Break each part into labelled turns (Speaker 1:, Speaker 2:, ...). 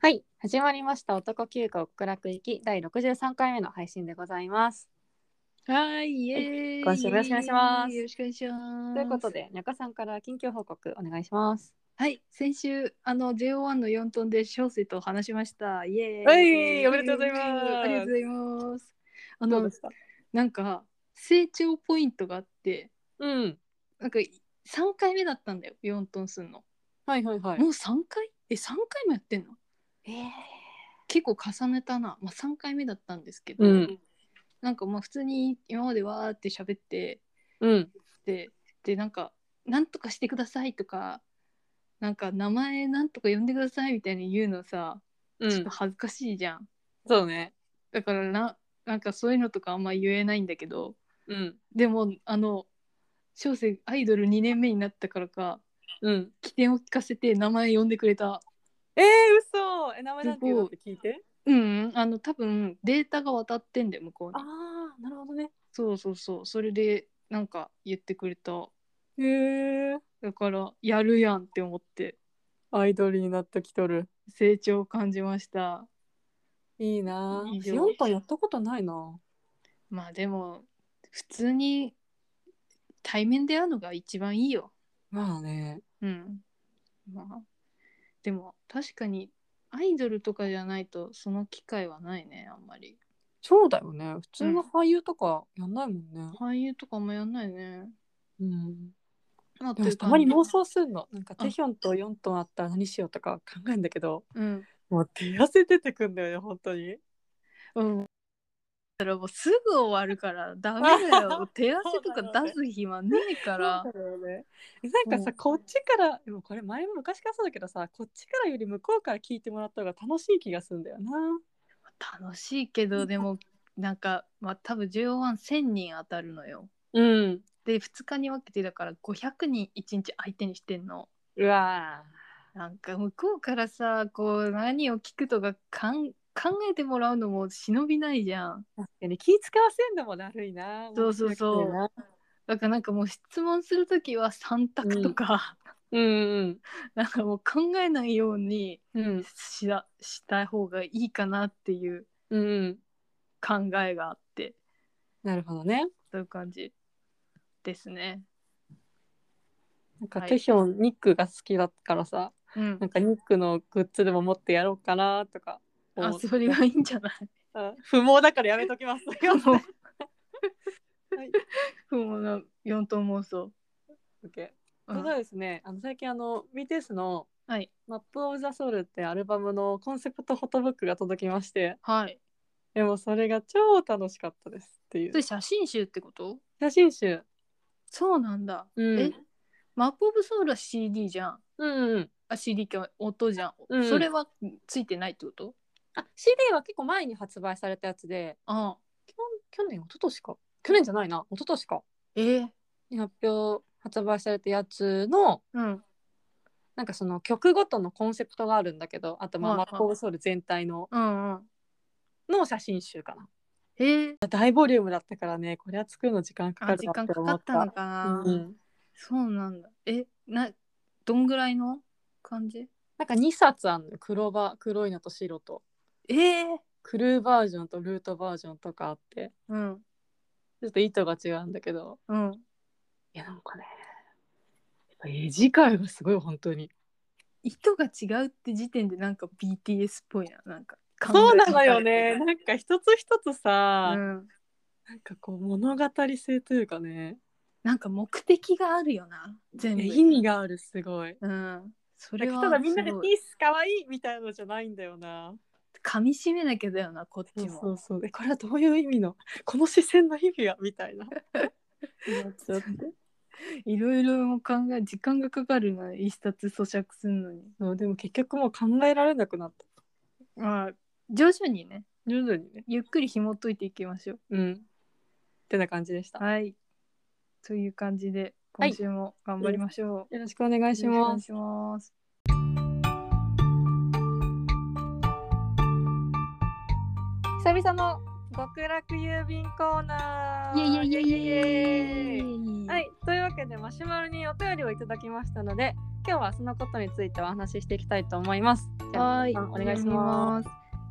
Speaker 1: はい、始まりました男休暇極楽行き第63回目の配信でございます。
Speaker 2: はい、イエーイ。
Speaker 1: 今週もよろしくお願いします
Speaker 2: よろしくお願いします。
Speaker 1: ということ。で、中さんから近況報告お願いします。
Speaker 2: はい、先週、あの JO1 の4トンで小生と話しました。イエーイ。
Speaker 1: はいおめでとうございます
Speaker 2: ありがとうございます。あ
Speaker 1: どう
Speaker 2: の
Speaker 1: で、した
Speaker 2: なんか成長ポイントがあって、
Speaker 1: うん。
Speaker 2: なんか3回目だったんだよ、4トンするの。
Speaker 1: はいはいはい
Speaker 2: も。う3回え、3回もやってんの
Speaker 1: えー、
Speaker 2: 結構重ねたな。まあ3回目だったんですけど、
Speaker 1: うん
Speaker 2: なんかまあ普通に今までわーって喋って、
Speaker 1: うん。
Speaker 2: ででなんか「なんとかしてください」とか「なんか名前なんとか呼んでください」みたいに言うのさ
Speaker 1: う
Speaker 2: ちょっ
Speaker 1: ん
Speaker 2: と。恥ずかしいじゃん、
Speaker 1: そうね。
Speaker 2: だからななんかそういうのとかあんま言えないんだけど
Speaker 1: うん。
Speaker 2: でもあの小生アイドル2年目になったからか
Speaker 1: うん。
Speaker 2: 起点を聞かせて名前呼んでくれた
Speaker 1: えー、嘘え、名前なんて言うのって聞いて。
Speaker 2: うんあの多分データが渡ってんだよ向こうに
Speaker 1: あー、なるほどね。
Speaker 2: そうそうそうそれでなんか言ってくれた
Speaker 1: へえ。
Speaker 2: だからやるやんって思って
Speaker 1: アイドルになったきとる。
Speaker 2: 成長を感じました
Speaker 1: いいなぁ。
Speaker 2: いいよ
Speaker 1: 4トンやったことないな
Speaker 2: まあでも普通に対面で会うのが一番いいよ。
Speaker 1: まあね。
Speaker 2: うん。まあでも確かにアイドルとかじゃないとその機会はないねあんまり。
Speaker 1: そうだよね。普通の俳優とかやんないもんね。
Speaker 2: 俳優とかもやんないね。
Speaker 1: うん。
Speaker 2: まあ
Speaker 1: でもたまに妄。想するの。なんかテヒョンと4トンあったら何しようとか考えるんだけど、
Speaker 2: という感じ
Speaker 1: もう手汗出てくんだよね、本当に。
Speaker 2: うん。うん。だからもうすぐ終わるからダメ だよ。手汗とか出す暇ねえから
Speaker 1: そう。だよねえなんかさ、
Speaker 2: うん
Speaker 1: こっちから、でもこれ前も昔からそうだけどさ、こっちからより向こうから聞いてもらった方が楽しい気がするんだよな。
Speaker 2: 楽しいけどでもなんかまあ多分 JO11000 人当たるのよ。
Speaker 1: うん。
Speaker 2: で2日に分けてだから500人1日相手にしてんの
Speaker 1: うわ
Speaker 2: なんか向こうからさこう何を聞くとかかん考えてもらうのも忍びないじゃん
Speaker 1: 確かに気使わせんのもだるいな。
Speaker 2: そうそうそうだからなんかもう質問する時は3択とか、
Speaker 1: う。うん
Speaker 2: なんかもう考えないように
Speaker 1: うん。うん。
Speaker 2: しだした方がいいかなっていう
Speaker 1: うん。
Speaker 2: 考えがあって
Speaker 1: なるほどね。
Speaker 2: そういう感じですね。
Speaker 1: なんか
Speaker 2: はい
Speaker 1: テヒョン、ニックが好きだからさ、
Speaker 2: うん
Speaker 1: なん、かニックのグッズでも持ってやろうかなとか。
Speaker 2: あ
Speaker 1: 思って
Speaker 2: それがいいんじゃない
Speaker 1: うん不毛だからやめとき ます。
Speaker 2: もう
Speaker 1: はい、
Speaker 2: 不毛な4トン妄想。
Speaker 1: OK。
Speaker 2: う
Speaker 1: そうんだですね。あの最近あの BTS の
Speaker 2: はい
Speaker 1: マップオブザソウルってアルバムのコンセプトフォトブックが届きまして、
Speaker 2: はい。
Speaker 1: でもそれが超楽しかったですってい
Speaker 2: それ
Speaker 1: う
Speaker 2: 写真集ってこと
Speaker 1: 写真集。
Speaker 2: そうなんだ。
Speaker 1: うん
Speaker 2: えマップ・オブ・ソウルは CD じゃん。
Speaker 1: うんうん。
Speaker 2: あ CD か音じゃん、
Speaker 1: うん
Speaker 2: それはついてないってこと
Speaker 1: あ CD は結構前に発売されたやつで、
Speaker 2: ああ
Speaker 1: 去去年一昨年か去年じゃないな一昨年か
Speaker 2: えー、
Speaker 1: に発表発売されたやつの
Speaker 2: うん
Speaker 1: なんかその曲ごとのコンセプトがあるんだけど、あとまあ
Speaker 2: はい
Speaker 1: マ
Speaker 2: はい
Speaker 1: ップオブソウル全体の
Speaker 2: うんうん。
Speaker 1: の写真集かな。
Speaker 2: えー、
Speaker 1: 大ボリュームだったからねこれは作るの時間かか
Speaker 2: あ
Speaker 1: る
Speaker 2: 時
Speaker 1: な
Speaker 2: 間
Speaker 1: って
Speaker 2: か
Speaker 1: 思
Speaker 2: か
Speaker 1: っ
Speaker 2: ったたのかな、
Speaker 1: うん、
Speaker 2: そうなんだ。えなどんぐらいの感じ
Speaker 1: なんか2冊あんのよ黒ば黒いのと白と
Speaker 2: えー、
Speaker 1: クルーバージョンとルートバージョンとかあって
Speaker 2: うん
Speaker 1: ちょっと意図が違うんだけど
Speaker 2: うん。
Speaker 1: いやなんかねやっぱ絵力がすごい本当に
Speaker 2: 糸が違うって時点でなんか BTS っぽいな。なんか
Speaker 1: そうなのよ
Speaker 2: 考
Speaker 1: ねなんか一つ一つ
Speaker 2: え
Speaker 1: さ、
Speaker 2: てるうん。
Speaker 1: なんかこう物語性というかね
Speaker 2: なんか目的があるよな全部。
Speaker 1: 意味があるすごい
Speaker 2: うん。そ
Speaker 1: な
Speaker 2: れ
Speaker 1: んか
Speaker 2: は
Speaker 1: ただみんなで「
Speaker 2: す
Speaker 1: ピー
Speaker 2: ごい
Speaker 1: スかわいい」みたいなのじゃないんだよな
Speaker 2: 噛み締めなきゃだよなこっ
Speaker 1: そ
Speaker 2: ち
Speaker 1: う
Speaker 2: も
Speaker 1: そうそうでこれはどういう意味の この視線の意味はみた いなちょっと
Speaker 2: いろいろ考え時間がかかるな一冊咀嚼するのに
Speaker 1: そうでも結局もう考えられなくなった
Speaker 2: まあ徐々にね
Speaker 1: 徐々にね
Speaker 2: ゆっくり紐解いていきましょう
Speaker 1: うんってな感じでした、
Speaker 2: はいという感じで
Speaker 1: はい
Speaker 2: 今週も頑張りましょう、
Speaker 1: よろしくお願いし
Speaker 2: よろくお願
Speaker 1: ま
Speaker 2: い
Speaker 1: す
Speaker 2: します
Speaker 1: 久々の極楽郵便コーナ
Speaker 2: イエイ
Speaker 1: ー
Speaker 2: イエイイエイイエイ
Speaker 1: はいというわけでマシュマロにお便りをいただきましたので今日はそのことについてお話ししていきたいと思います。じゃあ
Speaker 2: はい、。
Speaker 1: お願いします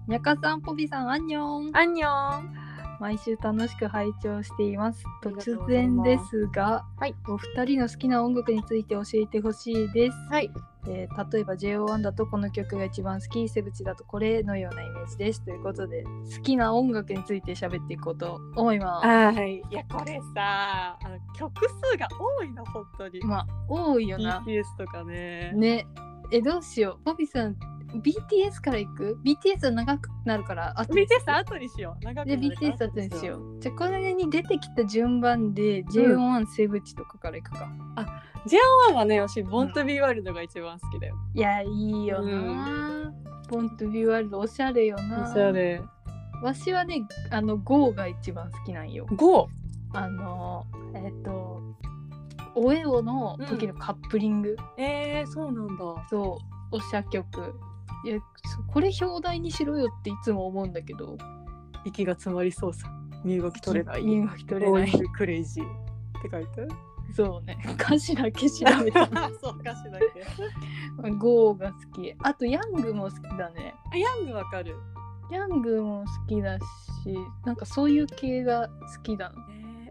Speaker 2: にゃかさん、ぽびさん、あんにょん。
Speaker 1: アンニョン
Speaker 2: 毎週楽しく拝聴しています。
Speaker 1: ありがとう
Speaker 2: 突
Speaker 1: ござい
Speaker 2: 然
Speaker 1: ます
Speaker 2: ですが、
Speaker 1: はい
Speaker 2: お二人の好きな音楽について教えてほしいです。
Speaker 1: はい。
Speaker 2: えー例えば JO1 だとこの曲が一番好き、セブチだとこれのようなイメージです。ということで、好きな音楽について喋っていこうと思いま
Speaker 1: はい。いや、これさ、あの曲数が多いの、本当に
Speaker 2: す。。まあ、多いよな。
Speaker 1: BTS とかね。
Speaker 2: ね。え、どうしよう。ポビさん、BTS から行く ?BTS は長くなるから、あ
Speaker 1: BTS 後にしよう。長く
Speaker 2: で
Speaker 1: なるから
Speaker 2: BTS だったんですよ。じゃあこれに出てきた順番で J1 セブチとかからいくか。
Speaker 1: 今はね、私、ボントビーワールドが一番好きだよ。
Speaker 2: いやいいよな。ポントビューワールドおしゃれよな。
Speaker 1: おしゃ。れ。
Speaker 2: わしはねあの GO が一番好きなんよ。
Speaker 1: 5!
Speaker 2: あのえっ、とおえおの時のカップリング、
Speaker 1: えー、そうなんだ。
Speaker 2: そうおしゃ曲。いやそこれ表題にしろよっていつも思うんだけど
Speaker 1: 息が詰まりそうさ。身動き取れない。
Speaker 2: 身動き取れない
Speaker 1: ボーイズクレイジー。って書い て
Speaker 2: そうね歌詞だけ調
Speaker 1: ある
Speaker 2: べ
Speaker 1: そ
Speaker 2: た
Speaker 1: う、歌詞だけ。
Speaker 2: GO が好きあとヤングも好きだね
Speaker 1: あ、ヤングわかる。
Speaker 2: ギャングも好きだし、なんかそういう系が好きだな。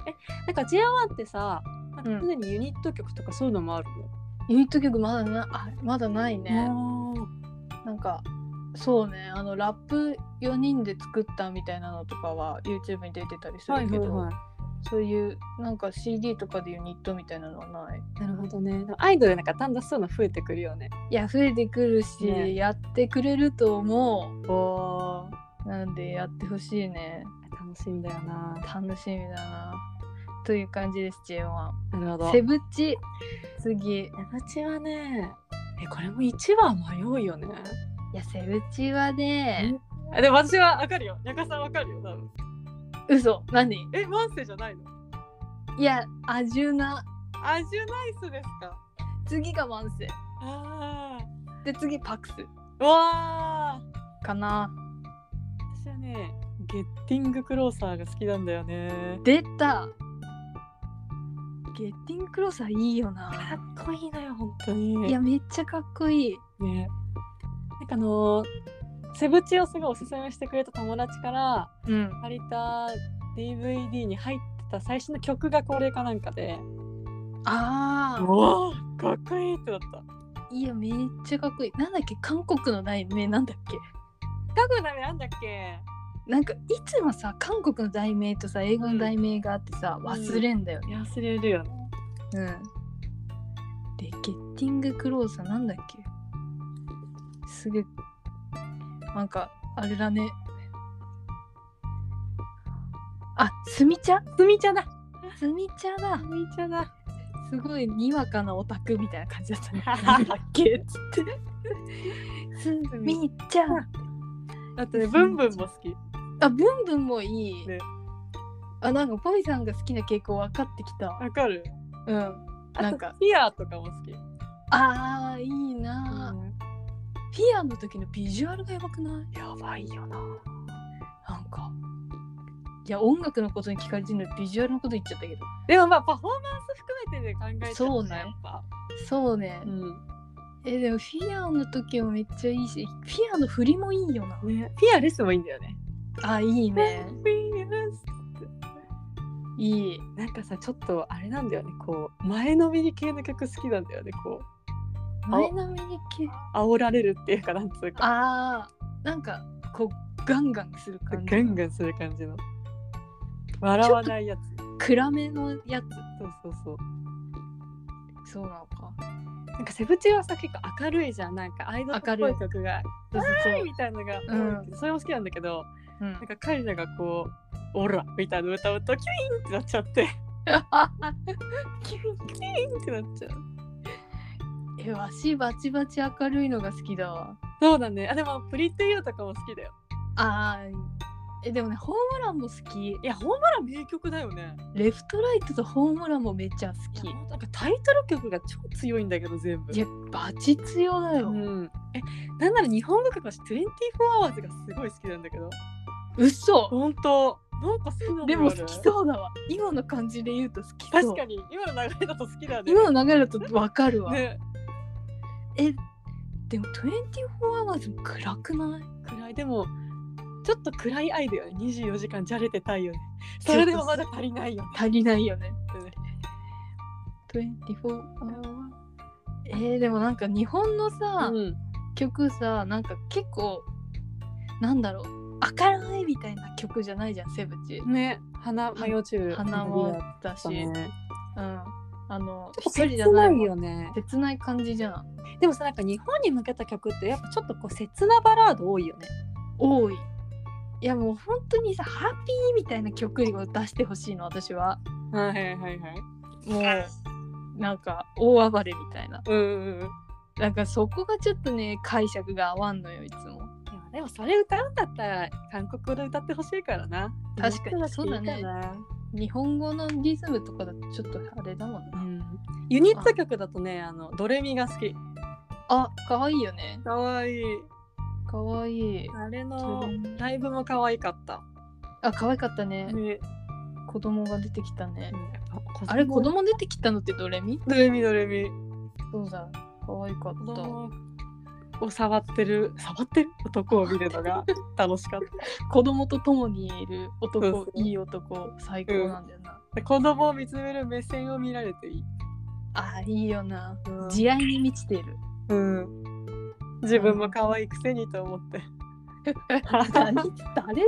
Speaker 1: えなんか JR1 ってさ、なん
Speaker 2: うん
Speaker 1: か常にユニット曲とかそういうのもある
Speaker 2: ユニット曲まだな、あまだないね。
Speaker 1: の、ね、
Speaker 2: なんか、そうね、あのラップ4人で作ったみたいなのとかは YouTube に出てたりす
Speaker 1: は
Speaker 2: る
Speaker 1: い
Speaker 2: け
Speaker 1: はい
Speaker 2: ど、
Speaker 1: は
Speaker 2: そういうなんか CD とかでユニットみたいなのはない。
Speaker 1: い。なるほどね。アイドルなんかだんだんそういうの増えてくるよね。
Speaker 2: いや、増えてくるし、
Speaker 1: ね
Speaker 2: やってくれると思う。
Speaker 1: おー
Speaker 2: なんでやってほしいね。
Speaker 1: 楽しいんだよな。
Speaker 2: 楽しみだな。という感じです、J1。
Speaker 1: なるほ
Speaker 2: セブチ、次。
Speaker 1: セブチはねえこれも一番迷うよね
Speaker 2: いや、セブチはね、
Speaker 1: でも私はわかるよ中さんわかるよ多分
Speaker 2: 嘘、何
Speaker 1: えワンセじゃないの
Speaker 2: いや、アジュナ。
Speaker 1: アジュナイスですか
Speaker 2: 次がマンセ。
Speaker 1: あ
Speaker 2: で、次パクス。
Speaker 1: あわあ
Speaker 2: かな。
Speaker 1: 私はねゲッティングクローサーが好きなんだよね
Speaker 2: 出たゲッティングクローサーいいよな。
Speaker 1: っこいいのよ本当に
Speaker 2: いや、めっちゃかっこいい。
Speaker 1: ねなんかあのーセブチをすごいおすすめしてくれた友達から
Speaker 2: うん。
Speaker 1: 借りた DVD に入ってた最新の曲がこれかなんかで
Speaker 2: あ
Speaker 1: うわーかっこいいってなった
Speaker 2: ーいや、めっちゃかっこいい。なんだっけ韓国の題名なんだっけ
Speaker 1: 家具ダメなんだっけ
Speaker 2: なんかいつもさ、韓国の題名とさ、英語の題名があってさ、
Speaker 1: ん
Speaker 2: 忘れんだよね。
Speaker 1: 忘れるよね。
Speaker 2: うん。で、ゲッティングクローサーなんだっけすげえなんか、あれだね。あ、スミチャ
Speaker 1: すみちゃだ。
Speaker 2: スミチャだ
Speaker 1: す。みちゃだ。
Speaker 2: すごいにわかなオタクみたいな感じだった ね。なんだっけつって。スミチャ
Speaker 1: あとね、ブンブンも好き。
Speaker 2: あ、ブンブンもいい。
Speaker 1: ね
Speaker 2: あ、なんかポイさんが好きな傾向分かってきた。
Speaker 1: わかる。
Speaker 2: うん。
Speaker 1: あ
Speaker 2: なん
Speaker 1: と
Speaker 2: か、
Speaker 1: フィアーとかも好き。
Speaker 2: あー、いいなあフィアの時のビジュアルがやばくない
Speaker 1: やばいよな。
Speaker 2: なんか。いや、音楽のことに聞かれてるのにビジュアルのこと言っちゃったけど。
Speaker 1: でもまあパフォーマンス含めてで考えちゃ
Speaker 2: そう
Speaker 1: う
Speaker 2: ね
Speaker 1: ね。やっぱ。
Speaker 2: そうね。
Speaker 1: ん。
Speaker 2: え、でもフィアの時もめっちゃいいし、フィアの振りもいいよな。
Speaker 1: ね。フィアレスもいいんだよね。
Speaker 2: あ、いいね。
Speaker 1: フィアレス。
Speaker 2: いい。
Speaker 1: なんかさ、ちょっとあれなんだよね。こう前のめり系の曲好きなんだよね。こう
Speaker 2: 前のめり系。
Speaker 1: 煽られるっていうかなんつうか。
Speaker 2: あー、なんか、こう、ガンガンする感じ。
Speaker 1: ガンガンする感じの。笑わないやつ。
Speaker 2: 暗めのや
Speaker 1: そうそうそう。
Speaker 2: つ。そうなのか。
Speaker 1: なんかセブチはさ結構明るいじゃんなんかアイドルっぽい曲が「
Speaker 2: そうそうそう
Speaker 1: みたいなのが、
Speaker 2: うん
Speaker 1: うん、それも好きなんだけど
Speaker 2: うん
Speaker 1: なんか彼らがこう「オラ」みたいなの歌うとキュインってなっちゃってキュインキュインってなっちゃう
Speaker 2: え、わし、バチバチ明るいのが好きだわ。
Speaker 1: そうだねあでも「プリティユー」とかも好きだよ
Speaker 2: あー、え、でもね、ホームランも好き。
Speaker 1: いやホームラン名曲だよね
Speaker 2: レフトライトとホームランもめっちゃ好
Speaker 1: い
Speaker 2: き。
Speaker 1: やなんかタイトル曲が超強いんだけど全部
Speaker 2: いや、バチ強だよ。
Speaker 1: うん、えなんなら日本語曲だし「24 hours」がすごい好きなんだけど
Speaker 2: 嘘
Speaker 1: 本当なんか好きなの
Speaker 2: でも好き
Speaker 1: う
Speaker 2: そうだわ。今の感じで言うと好きそ
Speaker 1: 確
Speaker 2: う。
Speaker 1: かに今の流れだと好きだね
Speaker 2: 今の流れだとわかるわ。
Speaker 1: ね
Speaker 2: えでも24 hours も暗くない
Speaker 1: 暗いでもちょっと暗い愛だよね24時間じゃれてた いよねそれでもまだ足りないよね
Speaker 2: 足りないよね
Speaker 1: うん
Speaker 2: 24 hours えー、でもなんか日本のさ、
Speaker 1: うん
Speaker 2: 曲さなんか結構なんだろう明るいみたいな曲じゃないじゃんセブチ
Speaker 1: ね花まよちゅう
Speaker 2: 花もだし、
Speaker 1: ね
Speaker 2: うんあの一
Speaker 1: 切
Speaker 2: 人じゃな
Speaker 1: な
Speaker 2: い
Speaker 1: い
Speaker 2: もん
Speaker 1: よね
Speaker 2: 切ない感じじゃん
Speaker 1: でもさなんか日本に向けた曲ってやっぱちょっとこう切なバラード多いよね
Speaker 2: 多いいやもう本当にさハッピーみたいな曲を出してほしいの私は
Speaker 1: はいはいはいはい
Speaker 2: もうなんか大暴れみたいな
Speaker 1: うんうんうん
Speaker 2: なんかそこがちょっとね解釈が合わんのよいつも
Speaker 1: いやでもそれ歌うんだったら韓国語で歌ってほしいからな
Speaker 2: 確かに
Speaker 1: 日本語っていい
Speaker 2: そうだね
Speaker 1: な
Speaker 2: 日本語のリズムとかだとちょっとあれだもん
Speaker 1: う
Speaker 2: な、
Speaker 1: んユニット曲だとねあのドレミが好き
Speaker 2: あ可愛いよね
Speaker 1: かわいい
Speaker 2: 可愛い
Speaker 1: あれ
Speaker 2: ド
Speaker 1: の
Speaker 2: レミ
Speaker 1: ライブも可愛かった、
Speaker 2: あ可愛かったね
Speaker 1: ね
Speaker 2: 子供が出てきたね
Speaker 1: うんやっぱ
Speaker 2: あれ子供出てきたのってドレミ
Speaker 1: ドレミドレミ
Speaker 2: そうだ可愛かっ
Speaker 1: 子
Speaker 2: た
Speaker 1: 供を触ってる触ってる男を見るの が楽しかった
Speaker 2: 子供と共にいる男
Speaker 1: そうそう
Speaker 2: いい男最高なんだよな、
Speaker 1: で子供を見つめる目線を見られていい、
Speaker 2: あーいいよな
Speaker 1: うん
Speaker 2: 慈愛に満ちて いる
Speaker 1: うん、自分も可愛いくせにと思って
Speaker 2: 誰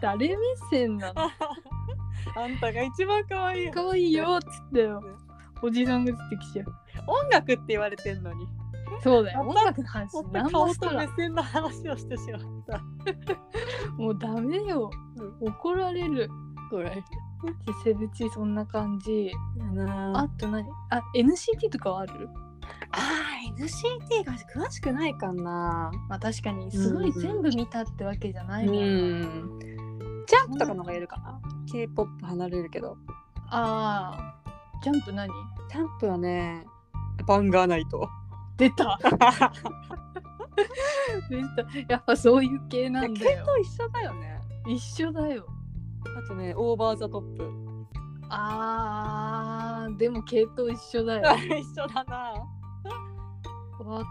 Speaker 2: 誰目線な の
Speaker 1: あんたが一番可愛いよ
Speaker 2: 可愛いよっつったよおじさんが出てきちゃう
Speaker 1: 音楽って言われてんのに
Speaker 2: そうだよ
Speaker 1: ま
Speaker 2: 音
Speaker 1: た
Speaker 2: 楽の話
Speaker 1: もっ
Speaker 2: 何
Speaker 1: と
Speaker 2: も
Speaker 1: 顔
Speaker 2: し
Speaker 1: と
Speaker 2: た
Speaker 1: 目
Speaker 2: ら
Speaker 1: 線の話をしてしまった
Speaker 2: もうダメよ怒られる
Speaker 1: ぐらい
Speaker 2: でセブチそんな感じあ
Speaker 1: あ
Speaker 2: と何あ NCT とかはある
Speaker 1: あー NCT が詳しくないかな
Speaker 2: まあ確かにすごい
Speaker 1: うんうん
Speaker 2: 全部見たってわけじゃな
Speaker 1: う
Speaker 2: いもんな、
Speaker 1: んジャンプとかの方がいるかな K-POP 離れるけど
Speaker 2: あージャンプ何
Speaker 1: ジャンプはねバンガーナイト
Speaker 2: 出た出たやっぱそういう系なんだよ
Speaker 1: と一緒だよね
Speaker 2: 一緒だよ
Speaker 1: あとねオーバーザトップ
Speaker 2: あーでも系統一緒だ よ
Speaker 1: 一緒だな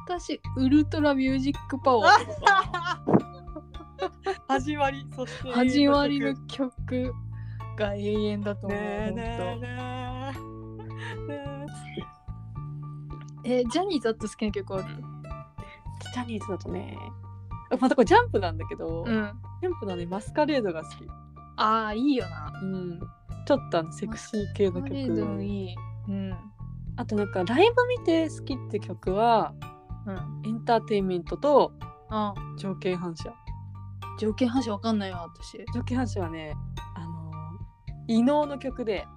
Speaker 2: 私ウルトラミュージックパワーとか
Speaker 1: 始まりそして
Speaker 2: 始まりの
Speaker 1: ね
Speaker 2: 曲が永遠だと思う、
Speaker 1: えねえ
Speaker 2: 本
Speaker 1: ねえね
Speaker 2: 当えジャニーズだと好きな曲ある
Speaker 1: えジャニーズだとねまたこれジャンプなんだけど、
Speaker 2: うん
Speaker 1: ジャンプのねマスカレードが好き
Speaker 2: ああいいよな
Speaker 1: うんちょっとあのセクシー系の
Speaker 2: マレードも
Speaker 1: 曲
Speaker 2: いいうん
Speaker 1: あとなんかライブ見て好きって曲は
Speaker 2: うん
Speaker 1: エンターテインメントと
Speaker 2: あ
Speaker 1: 条件反射
Speaker 2: 条件反射わかんないわ私
Speaker 1: 条件反射はねあの異能の曲で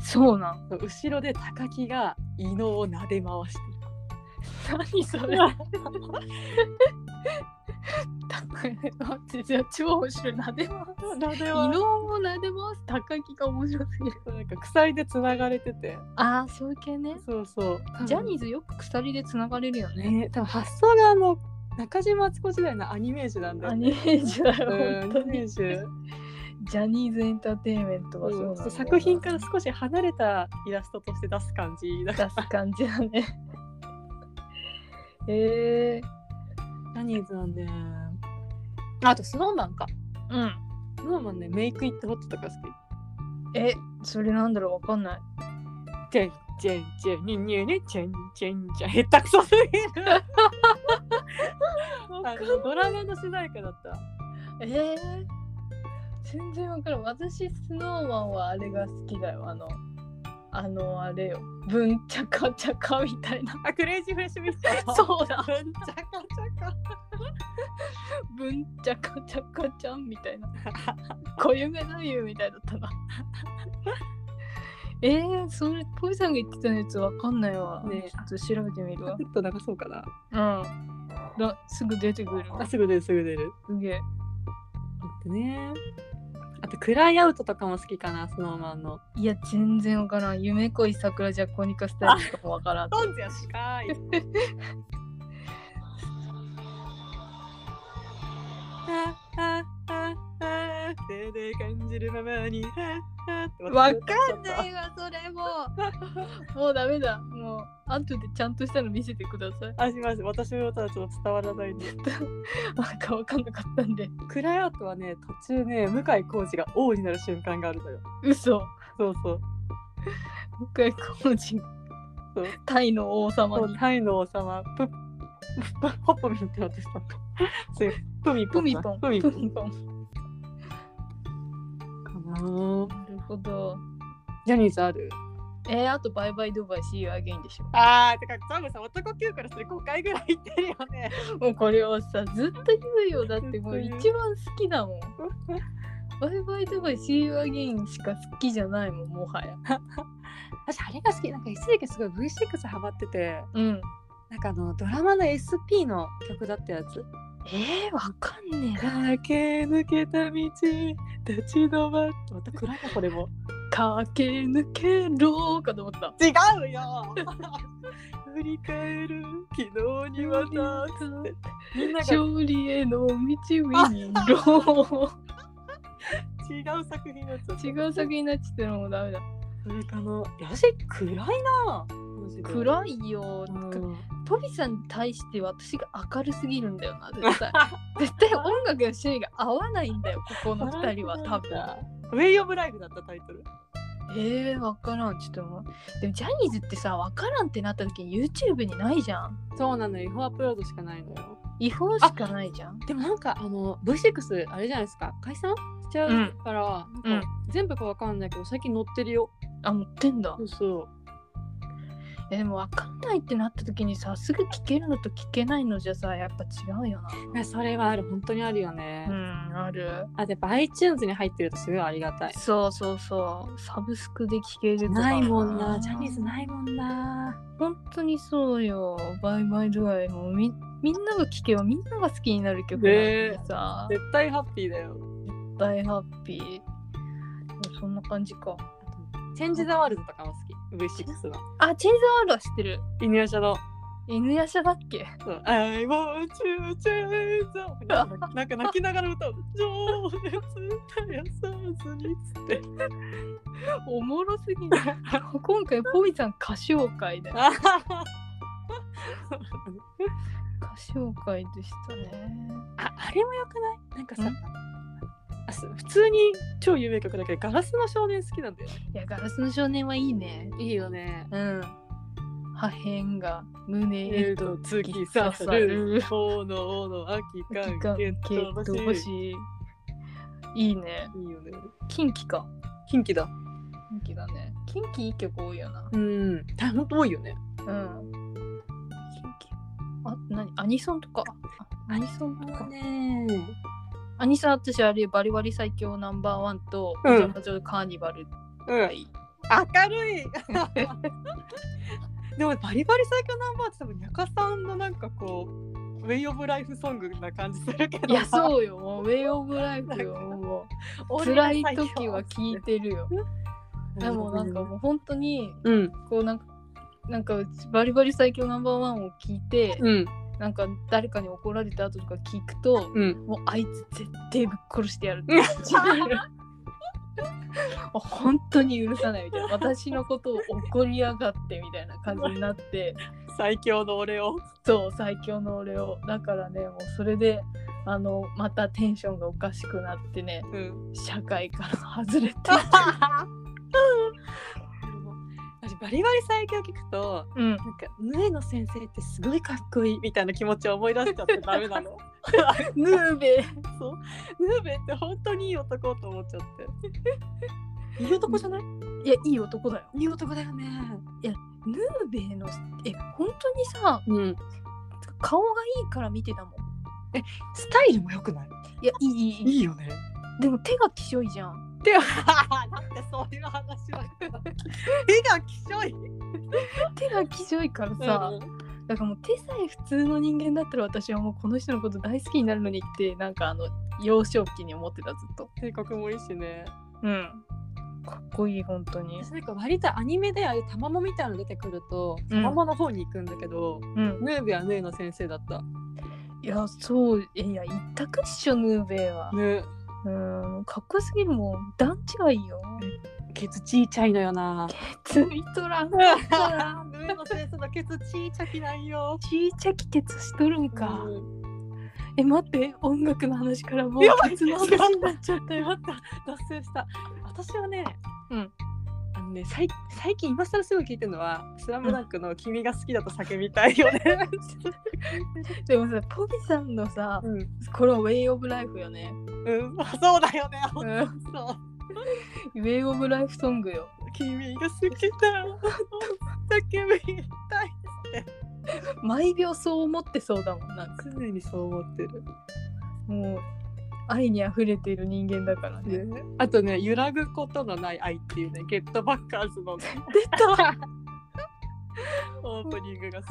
Speaker 2: そうなん
Speaker 1: 後ろで高木が異能を撫で回して
Speaker 2: 何そ
Speaker 1: る
Speaker 2: マジで超面白いなでも
Speaker 1: 撫で回
Speaker 2: 異
Speaker 1: し
Speaker 2: 能をなでます高木が面白すぎる
Speaker 1: てなんか鎖でつながれてて
Speaker 2: ああそういう系ね
Speaker 1: そうそう
Speaker 2: ジャニー
Speaker 1: ズ
Speaker 2: ズよく鎖でつながれるよね
Speaker 1: ね多分発想があの中島敦子時代のアニメージュなんだ
Speaker 2: ア
Speaker 1: よ
Speaker 2: ニ
Speaker 1: ね
Speaker 2: メージュだ
Speaker 1: うん
Speaker 2: よ
Speaker 1: アニ
Speaker 2: 本当
Speaker 1: メ
Speaker 2: に
Speaker 1: ージュ
Speaker 2: ジャニーズエンターテインメントはそうなんだ
Speaker 1: そう
Speaker 2: よな
Speaker 1: 作品から少し離れたイラストとして出す感じだ
Speaker 2: 出す感じだねえ
Speaker 1: ジャニーズなんであとスノーマンか
Speaker 2: ー、うん
Speaker 1: スノーマンねメイクイットホットとか好き
Speaker 2: えそれなんだろうわかんない
Speaker 1: ジェンジェンジェンニュニュニュジェンジェンジェン下手くそすぎるあのドラマの主題歌だった
Speaker 2: えー、全然わからん私スノーマンはあれが好きだよあのあのあれよ文ちゃかちゃかみたいな
Speaker 1: あクレイジーフレッシュミスタ ー
Speaker 2: そうだ
Speaker 1: めんちゃかちゃか
Speaker 2: 文ちゃかちゃかちゃんみたいな小夢の湯みたいだっ たなえー、それぽいさんが言ってたやつわかんないわ、
Speaker 1: ね
Speaker 2: ちょっと調べてみるわ
Speaker 1: ちょっと流そうかな
Speaker 2: うんだすぐ出てくるわ
Speaker 1: あすぐ出るすぐ出る
Speaker 2: すげえ
Speaker 1: あとねあとクライアウトとかも好きかなスノーマンの
Speaker 2: いや全然わからん夢恋桜じゃコニカスタイルとかもわからん
Speaker 1: トンズやしかいああああ手で感じるままに、はっはっって
Speaker 2: わ
Speaker 1: 私
Speaker 2: かんないわ、それもう。 もうダメだ。もう、後でちゃんとしたの見せてください。
Speaker 1: あ、すみません。私の歌はちょっと伝わらないんで。
Speaker 2: なんかわかんなかったんで。
Speaker 1: クライアートはね、途中ね、向井康二が王になる瞬間があるのよ。
Speaker 2: 嘘。
Speaker 1: そうそう。
Speaker 2: 向井康人
Speaker 1: そう。
Speaker 2: タイの王様
Speaker 1: そう
Speaker 2: に。
Speaker 1: タイの王様、プッ、プッ、ホッポミンって 私た。そういう、プミポ
Speaker 2: プ
Speaker 1: ン
Speaker 2: ミ
Speaker 1: だ。
Speaker 2: ポン。
Speaker 1: プ
Speaker 2: プ
Speaker 1: ミ
Speaker 2: ミ
Speaker 1: ポ
Speaker 2: ポ
Speaker 1: ンか
Speaker 2: ン。
Speaker 1: なぁ
Speaker 2: なるほど。
Speaker 1: ジャニーズある
Speaker 2: えー、あと、バイバイドバイ、See you again でしょ。
Speaker 1: あー、てか、サムさん、男級からそれ5回ぐらい言ってるよね。
Speaker 2: もうこれをさ、ずっと言うよ。だってもう一番好きだもん。バイバイドバイ、See you again しか好きじゃないもん、もはや。
Speaker 1: 私、あれが好き。なんか、一時期すごい V6 ハマってて、
Speaker 2: うん。
Speaker 1: なんかあの、ドラマの SP の曲だったや つ。
Speaker 2: えー、わかんねえな。
Speaker 1: 駆け抜けた道、立ち止まって。また暗いな、これも。
Speaker 2: 駆け抜けろーかと思った。
Speaker 1: 違うよ 振り返る昨日にわたってみんなが違う
Speaker 2: 勝利への道をに ろ
Speaker 1: 作品のやつ
Speaker 2: ー違う作品になっちゃってるのもダメだ。
Speaker 1: それかな私暗いなマジで
Speaker 2: 暗いよ
Speaker 1: う
Speaker 2: ー。
Speaker 1: ん
Speaker 2: トビさんに対して私が明るすぎるんだよな、絶 対。絶対音楽の趣味が合わないんだよ、ここの二人は多分。
Speaker 1: ウェイオブライフだったタイトル
Speaker 2: えー、わからん、ちょっともう。でもジャニーズってさ、わからんってなった時に YouTube にないじゃん。
Speaker 1: そうなのよ違法アップロードしかないのよ
Speaker 2: 違法しかないじゃん。
Speaker 1: でもなんかあの V6 あれじゃないですか解散しちゃうから、
Speaker 2: うん
Speaker 1: なんか全部かわかんないけど最近載ってるよ
Speaker 2: あ、持ってんだ。
Speaker 1: うそ
Speaker 2: えでもわかんないってなった時にさ、すぐ聞けるのと聞けないのじゃさ、やっぱ違うよな。
Speaker 1: うそれはある本当にあるよね、
Speaker 2: うん、ある。
Speaker 1: あとやっぱ iTunes に入ってるとすごいありがたい
Speaker 2: そうそうそう。サブスクで聴けるとか
Speaker 1: ないもんな、ジャニーズないもんな。
Speaker 2: 本当にそうよ。バイバイドアイもみみんなが聴けばみんなが好きになる曲なのにさ、
Speaker 1: 絶対ハッピーだよ。
Speaker 2: 大ハッピー。でもそんな感じか。
Speaker 1: チェンジ・ザ・ワールドとかも好き。V6 の。
Speaker 2: あ、チェイザーワールドは知ってる。
Speaker 1: 犬夜叉の。
Speaker 2: 犬夜叉だっけ
Speaker 1: そう I want you to change the- なんかなんか泣きながら歌う。情熱絶やさずにっつって。
Speaker 2: おもろすぎる。 今回、ポビさん歌唱会だよ。
Speaker 1: あはは
Speaker 2: 歌唱会でしたね。
Speaker 1: ああれもよくないなんかさ
Speaker 2: ん。
Speaker 1: あす普通に超有名曲だけどガラスの少年好きなんだよね。
Speaker 2: いや、ガラスの少年はいいね。
Speaker 1: いいよね。
Speaker 2: うん。破片が胸へと
Speaker 1: 突き
Speaker 2: き
Speaker 1: 刺
Speaker 2: 刺
Speaker 1: さ
Speaker 2: さ
Speaker 1: る
Speaker 2: る
Speaker 1: 炎の秋
Speaker 2: 期
Speaker 1: 間
Speaker 2: 間
Speaker 1: ゲ
Speaker 2: 限
Speaker 1: ッ
Speaker 2: 定
Speaker 1: ト
Speaker 2: と
Speaker 1: 星。
Speaker 2: 星いいね
Speaker 1: いいよね。
Speaker 2: 近畿か
Speaker 1: 近畿だ。
Speaker 2: 近畿だね近畿いい曲多いよな
Speaker 1: うん、たほんと多いよね。
Speaker 2: うん近畿あ何アニソンとかあアニソンとか
Speaker 1: ね。
Speaker 2: アニソン私あれバリバリ最強ナンバーワンと
Speaker 1: うん
Speaker 2: ジャマジョカーニバル
Speaker 1: う
Speaker 2: が
Speaker 1: ん、
Speaker 2: いい
Speaker 1: 明るい。 でもバリバリ最強ナンバーって多分、やかさんのなんかこう、ウェイオブライフソングな感じするけど。
Speaker 2: いやそうよもうウェイオブライフよもう辛い時は聴いてるよでもなんかもう本当に
Speaker 1: うん、
Speaker 2: こうなんかなんかうちバリバリ最強ナンバーワンを聞いて、
Speaker 1: うん、
Speaker 2: なんか誰かに怒られた後とか聞くと、
Speaker 1: うん。
Speaker 2: もうあいつ絶対ぶっ殺してやるって思っちゃうもう 本当に許さないみたいな私のことを怒りやがってみたいな感じになって
Speaker 1: 最強の俺を。
Speaker 2: そう最強の俺をだからねもうそれであのまたテンションがおかしくなってね
Speaker 1: うん。
Speaker 2: 社会から外れて
Speaker 1: 私バリバリ最強聞くと、
Speaker 2: うん
Speaker 1: なんか、ヌエの先生ってすごいかっこいいみたいな気持ちを思い出しちゃってダメなの。
Speaker 2: ヌーベ
Speaker 1: そう。ヌーベって本当にいい男と思っちゃって。いい男じゃない
Speaker 2: いやいい男だよ
Speaker 1: いい男だよね。
Speaker 2: ヌーベのえ本当にさ
Speaker 1: うん。
Speaker 2: 顔がいいから見てたもん
Speaker 1: スタイルも良くない
Speaker 2: いやいいいいいい
Speaker 1: いよ ね。
Speaker 2: でも手がきしょいじゃん
Speaker 1: では、だってそういう話は。手がきしょい。
Speaker 2: 手がきしょいからさ、だからもう手さえ普通の人間だったら私はもうこの人のこと大好きになるのにってなんかあの幼少期に思ってたずっと
Speaker 1: 性格もいいしね。
Speaker 2: うんかっこいい本当に
Speaker 1: 私なんか割とアニメでああいうタマモみたいなの出てくると、
Speaker 2: う
Speaker 1: タ
Speaker 2: ん
Speaker 1: マモの方に行くんだけど、
Speaker 2: うん
Speaker 1: ヌーベはヌーの先生だった。
Speaker 2: いやそういやいや一択っしょヌーベイは
Speaker 1: ね。
Speaker 2: うんかっこよすぎるもん段違いよ
Speaker 1: ケツちいちゃいのよな。
Speaker 2: ついとらんかったな
Speaker 1: 上野先生のケツちいちゃきなんよ。
Speaker 2: ちいちゃきケツしとるんか、
Speaker 1: うん
Speaker 2: え待って音楽の話からもう
Speaker 1: やばい
Speaker 2: ケツの話
Speaker 1: 違った
Speaker 2: になっちゃったよ
Speaker 1: やった脱線した。私はね、
Speaker 2: うん、
Speaker 1: あのね最最近今更すぐ聞いてるのは「スラムダンクの君が好きだと叫びたいよね。
Speaker 2: でもさポビさんのさ
Speaker 1: うん、
Speaker 2: これはウェイ・オブ・ライフよね、
Speaker 1: うん、そうだよね。
Speaker 2: う
Speaker 1: 本
Speaker 2: ん、ウ
Speaker 1: 当そう。
Speaker 2: ェイ・オブ・ライフソングよ
Speaker 1: 君が好きだ と叫びたい。
Speaker 2: 毎秒そう思ってそうだもんなんか
Speaker 1: 常にそう思ってる。
Speaker 2: もう愛に溢れている人間だからね
Speaker 1: ねあとね、揺らぐことのない愛っていうね、ゲットバッカーズ のね
Speaker 2: 出た
Speaker 1: オープニングが好き。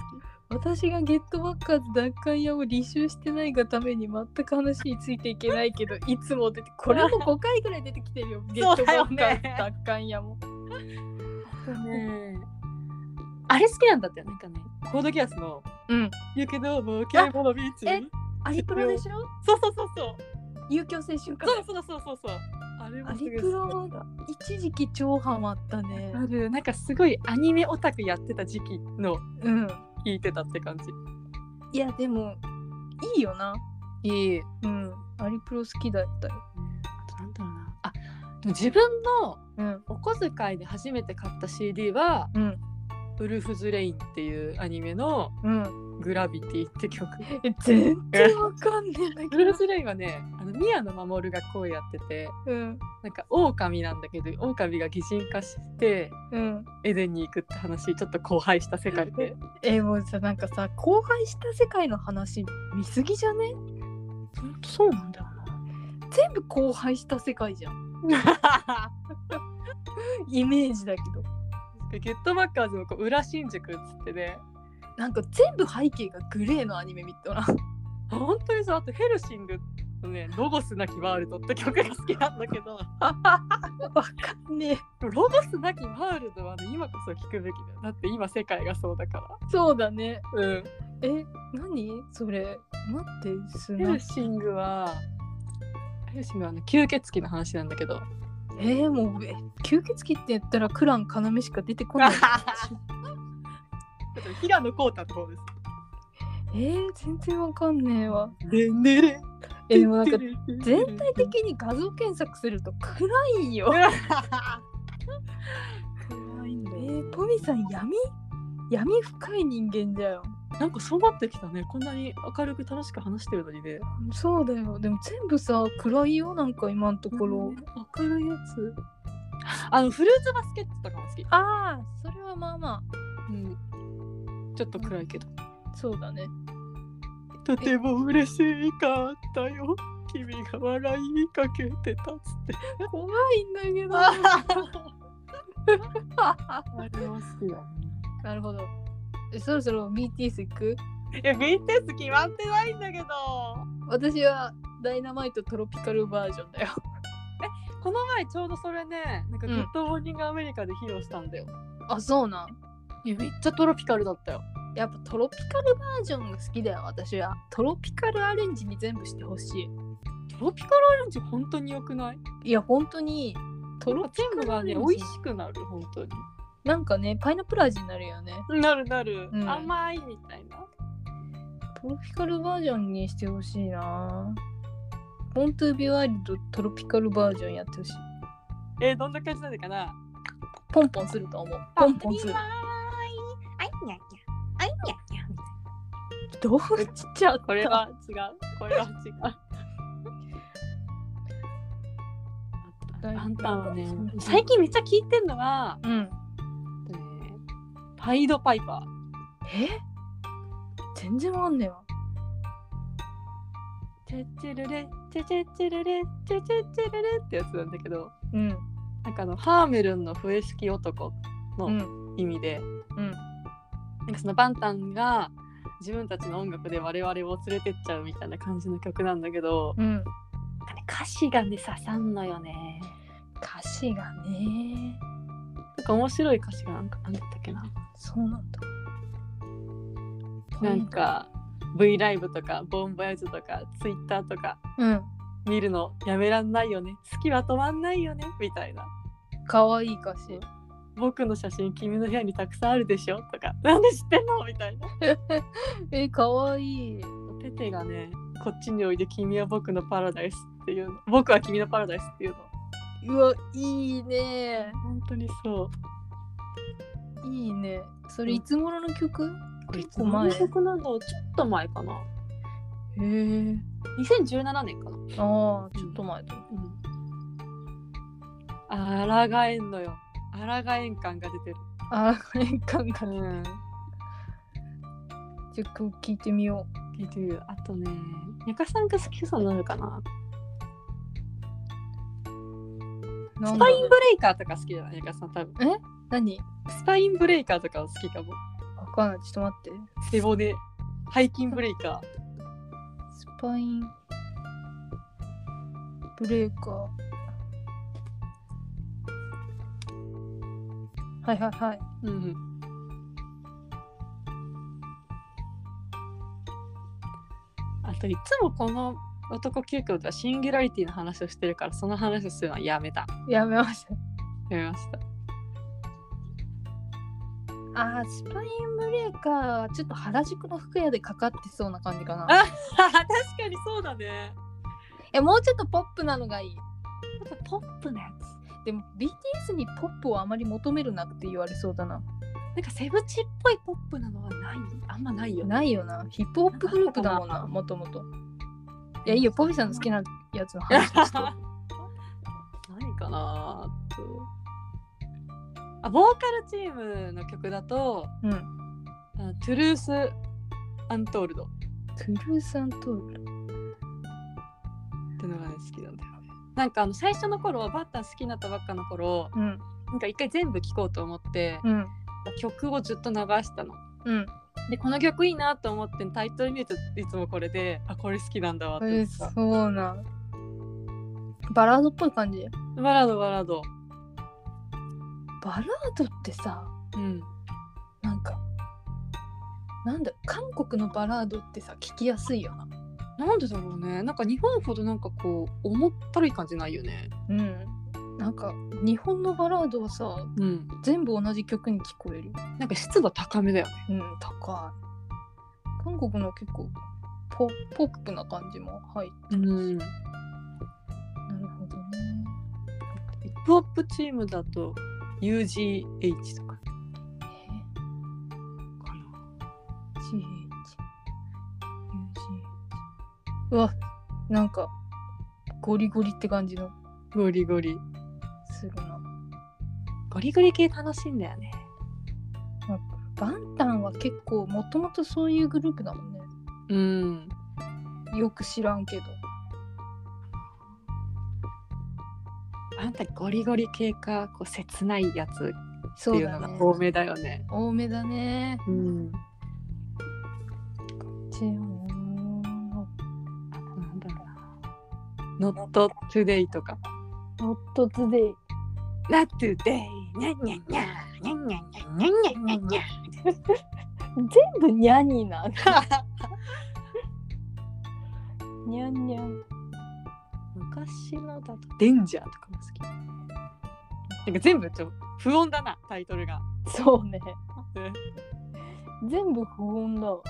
Speaker 2: 私がゲットバッカーズ奪還屋を履修してないがために全く話についていけないけ どいつも出てこれも5回ぐらい出てきて るよゲ
Speaker 1: そ
Speaker 2: ッ
Speaker 1: う
Speaker 2: ト
Speaker 1: だ
Speaker 2: バ
Speaker 1: よ
Speaker 2: ッカ
Speaker 1: ね
Speaker 2: ーズ奪還屋も
Speaker 1: ねあれ好きなんだってなんかねコードギアスの
Speaker 2: うん
Speaker 1: 「You can overcome the beach
Speaker 2: え」アリプロでしょ
Speaker 1: そうそうそうそう
Speaker 2: 遊興青春か
Speaker 1: そうそうそうそうそうあれ
Speaker 2: ア
Speaker 1: もすご
Speaker 2: リ
Speaker 1: い好き
Speaker 2: プロ一時期超ハマったね
Speaker 1: あるなんかすごいアニメオタクやってた時期の
Speaker 2: うん
Speaker 1: 聞いてたって感じ
Speaker 2: いやでもいいよない
Speaker 1: い
Speaker 2: うんアリプロ好きだったよ
Speaker 1: あとなんだろうなあでも自分の
Speaker 2: うん
Speaker 1: お小遣いで初めて買った CD は
Speaker 2: うん
Speaker 1: 「ウルフズ・レイン」っていうアニメの
Speaker 2: うん
Speaker 1: 「グラビティ」って曲
Speaker 2: え全然わかんねえんだけ
Speaker 1: ウ
Speaker 2: ど
Speaker 1: ルフズ・レインはねあの宮野真守が声やってて
Speaker 2: うん
Speaker 1: なんか狼なんだけど狼が擬人化して
Speaker 2: うん
Speaker 1: エデンに行くって話ちょっと荒廃した世界 で
Speaker 2: えもうさなんかさ荒廃した世界の話見すぎじゃね
Speaker 1: そうなんだよ
Speaker 2: 全部荒廃した世界じゃん
Speaker 1: な
Speaker 2: イメージだけど
Speaker 1: ゲットバッカーズのこう裏新宿っつってね
Speaker 2: なんか全部背景がグレーのアニメ見たな
Speaker 1: 本当にさあとヘルシングのね「ロゴスなきワールド」って曲が好きなんだけど
Speaker 2: わか んねえ
Speaker 1: ロゴスなきワールドはね今こそ聞くべきだよだって今世界がそうだか
Speaker 2: そうだね
Speaker 1: らうん
Speaker 2: え何それ待ってす
Speaker 1: ヘ
Speaker 2: な
Speaker 1: ルシングはヘルシングはね吸血鬼の話なんだけど
Speaker 2: えー、もうえ吸血鬼ってやったらクラン要しか出てこ ない
Speaker 1: 平野浩太の方です
Speaker 2: えー、全然わかんね えわ
Speaker 1: でんでれ
Speaker 2: えでもなんか全
Speaker 1: 体的
Speaker 2: 的に画像検索すると暗いよ
Speaker 1: 怖いんだ
Speaker 2: えー、ポミさん闇闇深い人間じゃよ
Speaker 1: なんかそうなってきたねこんなに明るく楽しく話してるのにね
Speaker 2: そうだよでも全部さ暗いよなんか今のところ、
Speaker 1: 明るいやつあのフルーツバスケットとかも好き、
Speaker 2: ああそれはまあま
Speaker 1: うん、ちょっと暗いけど、
Speaker 2: あそうだね
Speaker 1: とても嬉しかったよ君が笑いかけてたっつって
Speaker 2: 怖いんだけど
Speaker 1: あれは好きだ
Speaker 2: なるほどえそろそろ BTS 行く
Speaker 1: いや BTS 決まってないんだけど
Speaker 2: 私はダイナマイトトロピカルバージョンだよ
Speaker 1: この前ちょうどそれねなんか
Speaker 2: う
Speaker 1: グ
Speaker 2: ん
Speaker 1: ッドモーニングアメリカで披露したんだよ、
Speaker 2: あそうなん
Speaker 1: いやめっちゃトロピカルだったよ
Speaker 2: やっぱトロピカルバージョンが好きだよ私はトロピカルアレンジに全部してほし
Speaker 1: トロピカルアレンジ本当に良くない
Speaker 2: いいや本当にト
Speaker 1: ト
Speaker 2: ロ
Speaker 1: ロ
Speaker 2: ピ
Speaker 1: ピ
Speaker 2: カ
Speaker 1: カ
Speaker 2: ル
Speaker 1: ル
Speaker 2: ア
Speaker 1: が
Speaker 2: レ
Speaker 1: ね
Speaker 2: ン
Speaker 1: 美味
Speaker 2: ジ
Speaker 1: しくなる本当に
Speaker 2: なんかねパイナップル味になるよね
Speaker 1: なるなる、
Speaker 2: うん
Speaker 1: 甘いみたいな
Speaker 2: トロピカルバージョンにしてほしいなボントゥービワイルドトロピカルバージョンやってほしい
Speaker 1: えーどんな感じなんだかな
Speaker 2: ポンポンすると思うポンポンする
Speaker 1: あいにゃにゃあいにゃにゃみたい
Speaker 2: どうしちゃった
Speaker 1: なこれは違うこれは違う
Speaker 2: だいぶ
Speaker 1: あんたはね
Speaker 2: うん
Speaker 1: 最近めっちゃ聞いてんのは、
Speaker 2: うん
Speaker 1: えーパイドパイパー
Speaker 2: え全然わかんねえわ
Speaker 1: チェッチェルレチェチェッチェルレチェチェッチェルレってやつなんだけど
Speaker 2: うん
Speaker 1: なんかあのハーメルンの笛式男
Speaker 2: う
Speaker 1: の
Speaker 2: ん
Speaker 1: 意味で、
Speaker 2: うん
Speaker 1: なんかそのバンタンが自分たちの音楽で我々を連れてっちゃうみたいな感じの曲なんだけど、
Speaker 2: うん
Speaker 1: なんかね歌詞がね刺さんのよね
Speaker 2: 歌詞がね
Speaker 1: なんか面白い歌詞がなんかなんだったっけな
Speaker 2: そうなんだ
Speaker 1: なんか V ライブとかボンボヤージュとかツイッターとか
Speaker 2: うん
Speaker 1: 見るのやめらんないよね好きは止まんないよねみたいな
Speaker 2: 可愛い歌詞。
Speaker 1: 僕の写真君の部屋にたくさんあるでしょとかなんで知ってんのみたいな
Speaker 2: え、可愛い。
Speaker 1: ペペがねこっちにおいで君は僕のパラダイスっていうの僕は君のパラダイスっていうの
Speaker 2: うわ、いいね。
Speaker 1: 本当にそう
Speaker 2: いいね。それいつ頃の曲？結構
Speaker 1: こ
Speaker 2: 前。
Speaker 1: の
Speaker 2: へ
Speaker 1: 曲なんだろうちょっと前かな
Speaker 2: え。
Speaker 1: 2017年かな
Speaker 2: ああ、ちょっと前だ。
Speaker 1: あらがえんのよあらがえん感が出てる
Speaker 2: ああ、 これ感が。
Speaker 1: ん
Speaker 2: じゃあ曲聞いてみよ
Speaker 1: 聞いてみるあとねにゃかさんが好きそうなのかな
Speaker 2: う。な
Speaker 1: ス
Speaker 2: んだ
Speaker 1: パ
Speaker 2: ろ
Speaker 1: イン
Speaker 2: う
Speaker 1: ブレイカーとか好きじゃないにゃかさん多分
Speaker 2: 何？
Speaker 1: スパインブレイカーとかは好きかも
Speaker 2: わかんない。ちょっと待って。
Speaker 1: 背骨背筋ブレイカ
Speaker 2: スパインブレーカー。はいはいはい。
Speaker 1: ーうんあといつもこの男急遽ではシンギュラリティの話をしてるからその話をするのはやめた
Speaker 2: やめました。
Speaker 1: やめました
Speaker 2: あースパインブレーカーはちょっと原宿の服屋でかかってそうな感じかな。
Speaker 1: あ確かにそうだね
Speaker 2: えもうちょっとポップなのがいい。
Speaker 1: あとポップなやつ
Speaker 2: でも BTS にポップをあまり求めるなって言われそうだな。
Speaker 1: なんかセブチっぽいポップなのはないあんまないよね。
Speaker 2: ないよな。ヒップホップグループだもんな、もともと。いや、いいよ、ポビさんの好きなやつの話をして。
Speaker 1: 何かなあと。あ、ボーカルチームの曲だと、
Speaker 2: うん。
Speaker 1: あトゥルース・アントールドっ
Speaker 2: トゥルーサントール。
Speaker 1: てのが、ね、好きなんだよね。なんかあの最初の頃バッター好きになったばっかの頃
Speaker 2: うん。
Speaker 1: なんか一回全部聴こうと思って、
Speaker 2: うん。
Speaker 1: 曲をずっと流したの。
Speaker 2: うん。
Speaker 1: でこの曲いいなと思ってタイトル見るといつもこれであこれ好きなんだわって思
Speaker 2: え
Speaker 1: ってた
Speaker 2: そうなん。バラードっぽい感じ
Speaker 1: バラードバラード。
Speaker 2: バラードってさ
Speaker 1: うん
Speaker 2: なんかなんだ韓国のバラードってさ聞きやすいよな
Speaker 1: なんでだろうねなんか日本ほどなんかこう重ったるい感じないよね
Speaker 2: うんなんか日本のバラードはさ
Speaker 1: うん
Speaker 2: 全部同じ曲に聞こえる
Speaker 1: なんか湿度高めだよね
Speaker 2: うん高い韓国の結構ポポップな感じも入ってるし、
Speaker 1: うんヒ
Speaker 2: なるほどね
Speaker 1: ップホップチームだと UGH とか
Speaker 2: え
Speaker 1: かな
Speaker 2: GH UGH うわなんかゴリゴリって感じの
Speaker 1: ゴリゴリ
Speaker 2: するな
Speaker 1: ゴリゴリ系楽しいんだよね
Speaker 2: バンタンは結構もともとそういうグループだもんね
Speaker 1: うん
Speaker 2: よく知らんけど
Speaker 1: あんたゴリゴリ系かこう切ないやつって
Speaker 2: そう
Speaker 1: いう
Speaker 2: だ
Speaker 1: のが
Speaker 2: ね
Speaker 1: 多めだよね
Speaker 2: 多めだね
Speaker 1: うん
Speaker 2: チェーン
Speaker 1: あとなんだろうな Not today とか
Speaker 2: ノットトゥデイ
Speaker 1: Not today にゃんにゃんにゃんにゃんにゃんにゃんにゃんにゃんにゃんにゃん
Speaker 2: 全部ニャニーなニャンニャン
Speaker 1: 昔のだと「デンジャー」とかも好きなんか全部ちょ不穏だなタイトルが
Speaker 2: そうね
Speaker 1: うん
Speaker 2: 全部不穏だわ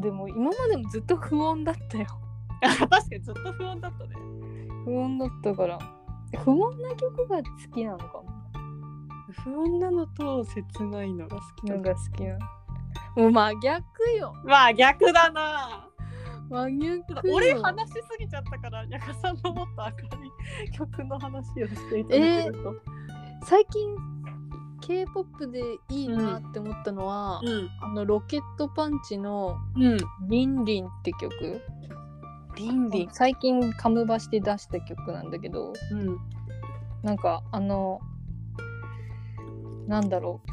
Speaker 2: でも今までもずっと不穏だったよ
Speaker 1: あ確かにずっと不穏だったね
Speaker 2: 不穏だったから不穏な曲が好きなのかも
Speaker 1: 不穏なのと切ないのが好きな
Speaker 2: の
Speaker 1: んだ
Speaker 2: が好きなもう真逆よ
Speaker 1: まあ逆だな
Speaker 2: 真逆よ
Speaker 1: 俺話しすぎちゃったからやかさんのもっと明るい曲の話をしていただけると、
Speaker 2: 最近 K-POP でいいなって思ったのは、あのロケットパンチの
Speaker 1: うんうん
Speaker 2: 「リンリン」って曲
Speaker 1: リンリン
Speaker 2: 最近カムバして出した曲なんだけど
Speaker 1: うん
Speaker 2: なんかあのなんだろう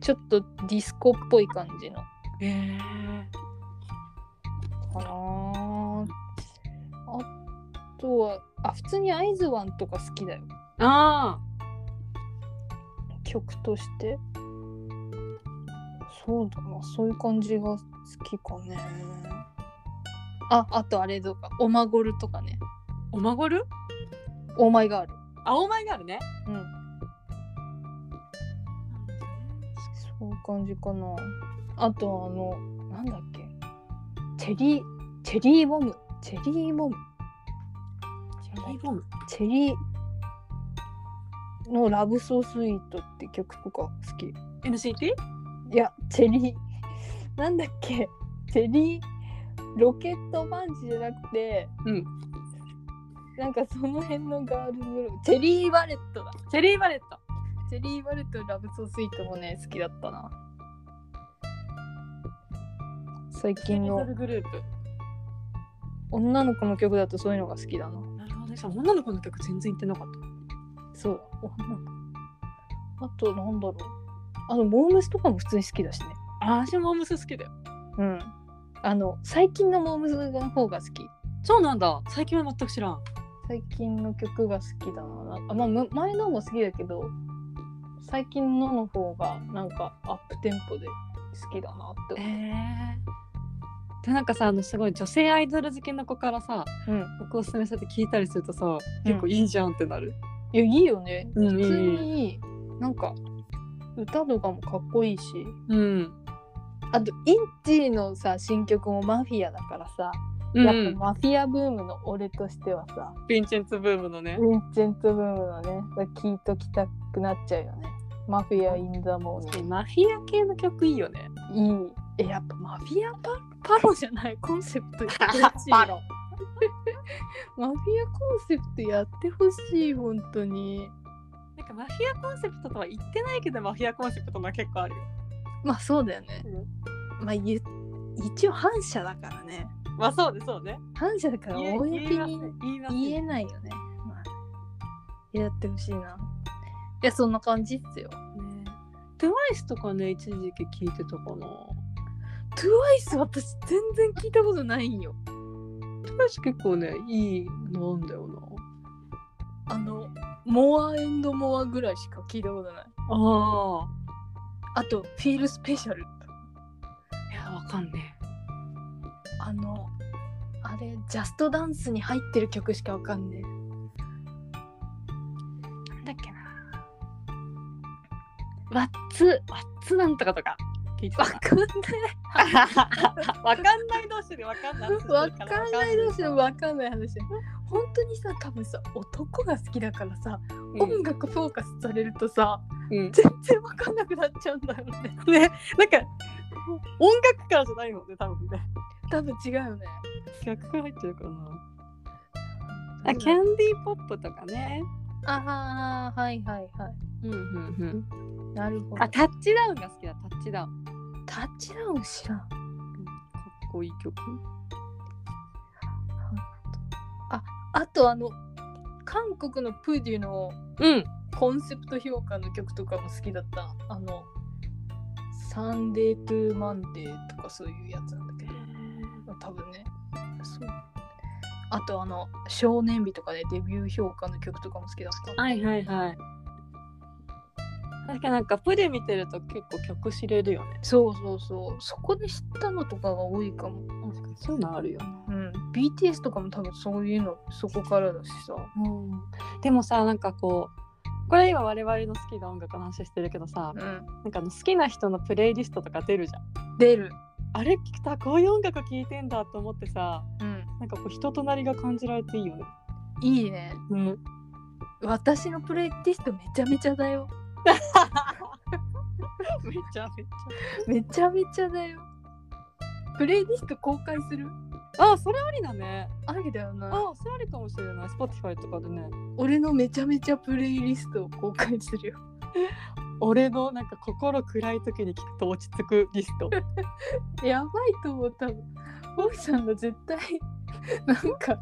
Speaker 2: ちょっとディスコっぽい感じの
Speaker 1: へえ
Speaker 2: かなあとはあ普通に「アイズワン」とか好きだよ
Speaker 1: ああ
Speaker 2: 曲としてそうだなそういう感じが好きかねああとあれとかおまごるとかね
Speaker 1: おまごる
Speaker 2: おまいがある
Speaker 1: あ、お前があるね。
Speaker 2: うんそういう感じかなあとあのなんだっけチェリーチェリーボムチェリーボム
Speaker 1: チェリーボム。
Speaker 2: チェリーのラブソースイートって曲とか好き
Speaker 1: NCT?
Speaker 2: いや、チェリー、 なんだっけ、チェリー、ロケットパンチじゃなくて、
Speaker 1: うん
Speaker 2: なんかその辺のガールズグループ、チェリーバレットだ。
Speaker 1: チェリーバレット。
Speaker 2: チェリーバレットのラブソースイートもね、好きだったな。最近
Speaker 1: アイド
Speaker 2: の
Speaker 1: ルグループ。
Speaker 2: 女の子の曲だとそういうのが好きだな。
Speaker 1: なるほどね。さ女の子の曲全然言ってなかった。
Speaker 2: そうだ、女の子。あと、なんだろう。あの、モームスとかも普通に好きだしね。
Speaker 1: あ、私もモームス好きだよ。
Speaker 2: うん。あの、最近のモームスの方が好き。
Speaker 1: そうなんだ。最近は全く知らん。
Speaker 2: 最近の曲が好きだなあまあむ前のも好きだけど最近のの方がなんかアップテンポで好きだなって
Speaker 1: え
Speaker 2: 思
Speaker 1: えでなんかさあのすごい女性アイドル好きの子からさ
Speaker 2: う、
Speaker 1: 僕を勧めされて聞いたりするとさ、結構いいじゃんってなる
Speaker 2: うん、いやいいよね
Speaker 1: うん
Speaker 2: 普通にいいなんか歌とかもかっこいいし
Speaker 1: うん、
Speaker 2: あとインティのさ新曲もマフィアだからさ、
Speaker 1: うん、
Speaker 2: やっぱマフィアブームの俺としてはさ
Speaker 1: ヴィンチェンツブームのね
Speaker 2: ヴィンチェントブームのね聴いときたくなっちゃうよねマフィア・イン・ザ・モーニング
Speaker 1: マフィア系の曲いいよね
Speaker 2: いいえやっぱマフィアパパロじゃないコンセプトやってほし い
Speaker 1: パロ
Speaker 2: マフィアコンセプトやってほしい本当に
Speaker 1: なんかマフィアコンセプトとは言ってないけどマフィアコンセプトのは結構あるよ
Speaker 2: まあそうだよね、まあゆ一応反射だからね
Speaker 1: まあそうねそうね
Speaker 2: 反射だから
Speaker 1: 言え
Speaker 2: 公
Speaker 1: 言えませ
Speaker 2: に
Speaker 1: ん言いません
Speaker 2: 言えないよね、まあやってほしいないやそんな感じっすよ
Speaker 1: ねトゥワイスとかね一時期聞いてたかな
Speaker 2: トゥワイス私全然聞いたことないんよ
Speaker 1: トゥワイス結構ねいいのなんだよな
Speaker 2: あのモアエンドモアぐらいしか聞いたことない
Speaker 1: あ
Speaker 2: あとフィールスペシャル
Speaker 1: あいやわかんね
Speaker 2: あのあれジャストダンスに入ってる曲しかわかんね
Speaker 1: えなんだっけなワッツワッツなんとかとか聞いて
Speaker 2: えわ
Speaker 1: た
Speaker 2: かんない
Speaker 1: わかんない同士でわかんない
Speaker 2: わかんないどうしようわかんない話本当にさ多分さ男が好きだからさ、音楽フォーカスされるとさ
Speaker 1: うんうん
Speaker 2: 全然わかんなくなっちゃうんだよね
Speaker 1: ねなんか音楽からじゃないもんね多分ね
Speaker 2: 多分違うよね
Speaker 1: 逆が入ってるかなあキャンディーポップとかね
Speaker 2: あーはいはいは
Speaker 1: うんうんうん
Speaker 2: いなるほど
Speaker 1: あタッチダウンが好きだタッチダウン
Speaker 2: タッチダウン知らん
Speaker 1: かっこいい曲
Speaker 2: あとあの韓国のプーデュの
Speaker 1: うん
Speaker 2: コンセプト評価の曲とかも好きだったあの「サンデー・トゥ・マンデー」とかそういうやつなんだけど多分ねそうあとあの「少年日」とかでデビュー評価の曲とかも好きだった
Speaker 1: はいはいはい確かになんかプレ見てると結構曲知れるよね
Speaker 2: そうそうそうそこで知ったのとかが多いかも
Speaker 1: 確かにそういうのあるよね
Speaker 2: うん BTS とかも多分そういうのそこからだしさ
Speaker 1: うん、でもさなんかこうこれ今我々の好きな音楽の話してるけどさ
Speaker 2: うん
Speaker 1: なんかあの好きな人のプレイリストとか出るじゃん
Speaker 2: 出る
Speaker 1: あれ聞くとあこういう音楽聴いてんだと思ってさ
Speaker 2: うん
Speaker 1: なんかこう人となりが感じられていいよね、
Speaker 2: いいね
Speaker 1: うん、
Speaker 2: 私のプレイリストめちゃめちゃだよ
Speaker 1: めちゃめち
Speaker 2: めちゃめちゃだよプレイリスト公開する
Speaker 1: ゃあそれありだね
Speaker 2: ありだよな
Speaker 1: あそれありかもしれない Spotify とかでね
Speaker 2: 俺のめちゃめちゃプレイリストを公開するよ
Speaker 1: 俺のなんか心暗い時に聞くと落ち着くリスト
Speaker 2: やばいと思う多分ボクさんが絶対 なんか